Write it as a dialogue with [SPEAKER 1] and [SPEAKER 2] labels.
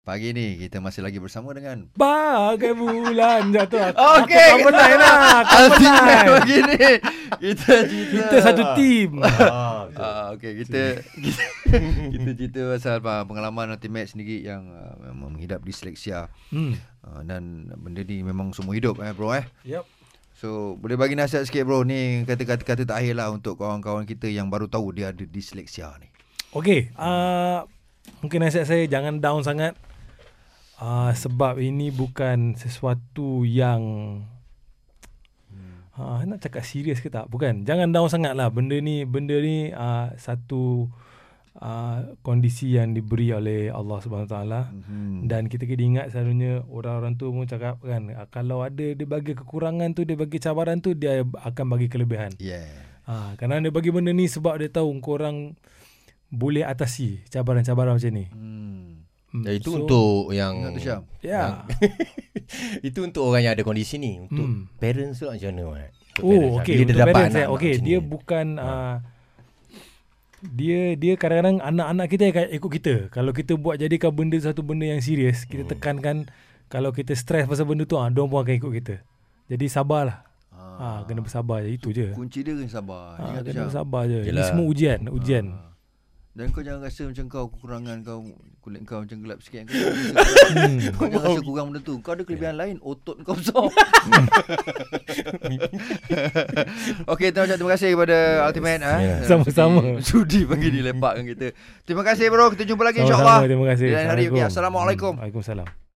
[SPEAKER 1] Pagi ni kita masih lagi bersama dengan
[SPEAKER 2] Bagai bulan jatuh
[SPEAKER 1] Okey,
[SPEAKER 2] Kau menang lah Kau
[SPEAKER 1] Alfian
[SPEAKER 2] menang
[SPEAKER 1] pagi ni. Kita cerita
[SPEAKER 2] Kita satu tim
[SPEAKER 1] Ah, okay, kita, kita kita cerita pasal ah, pengalaman ultimate sendiri yang ah, memang mengidap disleksia
[SPEAKER 2] hmm.
[SPEAKER 1] Ah, dan benda ni memang semua hidup eh bro eh.
[SPEAKER 2] Yep.
[SPEAKER 1] So boleh bagi nasihat sikit bro ni kata-kata kata terakhir lah untuk kawan-kawan kita yang baru tahu dia ada disleksia ni.
[SPEAKER 2] Okay uh, Mungkin nasihat saya Jangan down sangat uh, Sebab ini bukan Sesuatu yang
[SPEAKER 1] Hmm.
[SPEAKER 2] uh, Nak cakap serius ke tak Bukan Jangan down sangat lah Benda ni Benda ni uh, Satu uh, Kondisi yang diberi oleh Allah SWT
[SPEAKER 3] Hmm.
[SPEAKER 1] Mhm.
[SPEAKER 2] Dan kita kena ingat selalunya orang-orang tu pun cakap kan ah, kalau ada dia bagi kekurangan tu dia bagi cabaran tu dia akan bagi kelebihan.
[SPEAKER 3] Ya.
[SPEAKER 1] Yeah.
[SPEAKER 2] Ha, kerana dia bagi benda ni sebab dia tahu korang boleh atasi cabaran-cabaran macam ni.
[SPEAKER 1] Hmm.
[SPEAKER 2] Hmm,
[SPEAKER 3] Ya, itu so, untuk yang
[SPEAKER 1] Ingat tu Syam.
[SPEAKER 2] Ya.
[SPEAKER 3] itu untuk orang yang ada kondisi ni. Untuk
[SPEAKER 2] Hmm.
[SPEAKER 3] parents tu lah macam mana? Mat? Untuk parents
[SPEAKER 2] Oh,
[SPEAKER 3] lah.
[SPEAKER 2] okey.
[SPEAKER 3] Bila
[SPEAKER 2] Untuk
[SPEAKER 3] dia dapat
[SPEAKER 2] parents eh.
[SPEAKER 3] anak-anak
[SPEAKER 2] Okey,
[SPEAKER 3] macam
[SPEAKER 2] dia
[SPEAKER 3] ni. Ya.
[SPEAKER 2] bukan uh, dia dia kadang-kadang anak-anak kita akan ikut kita. Kalau kita buat jadikan benda satu benda yang serius, kita
[SPEAKER 3] Hmm.
[SPEAKER 2] tekankan kalau kita stres pasal benda tu, ah, dia pun akan ikut kita. Jadi sabarlah. Ah, ha, kena bersabar je itu je.
[SPEAKER 1] Kunci dia kena sabar.
[SPEAKER 2] Ha,
[SPEAKER 1] Ingat tu
[SPEAKER 2] kena
[SPEAKER 1] Syam.
[SPEAKER 2] bersabar je. Ini
[SPEAKER 3] Yelah.
[SPEAKER 2] semua ujian, ujian.
[SPEAKER 1] Ah. Dan kau jangan rasa macam kau kekurangan kau kulit kau macam gelap sikit. kan. Kau jangan rasa, kau jangan rasa kurang benda tu. Kau ada kelebihan lain, otot kau besar. Okey, Tuan Macam terima kasih kepada Ultimate ah.
[SPEAKER 3] Yeah.
[SPEAKER 2] Sama-sama.
[SPEAKER 1] Sudi pagi ni lepakkan kita. Terima kasih bro, kita jumpa lagi
[SPEAKER 2] Sama-sama,
[SPEAKER 1] insya-Allah.
[SPEAKER 2] terima kasih.
[SPEAKER 1] Di lain hari. Okey, Assalamualaikum.
[SPEAKER 2] Waalaikumsalam.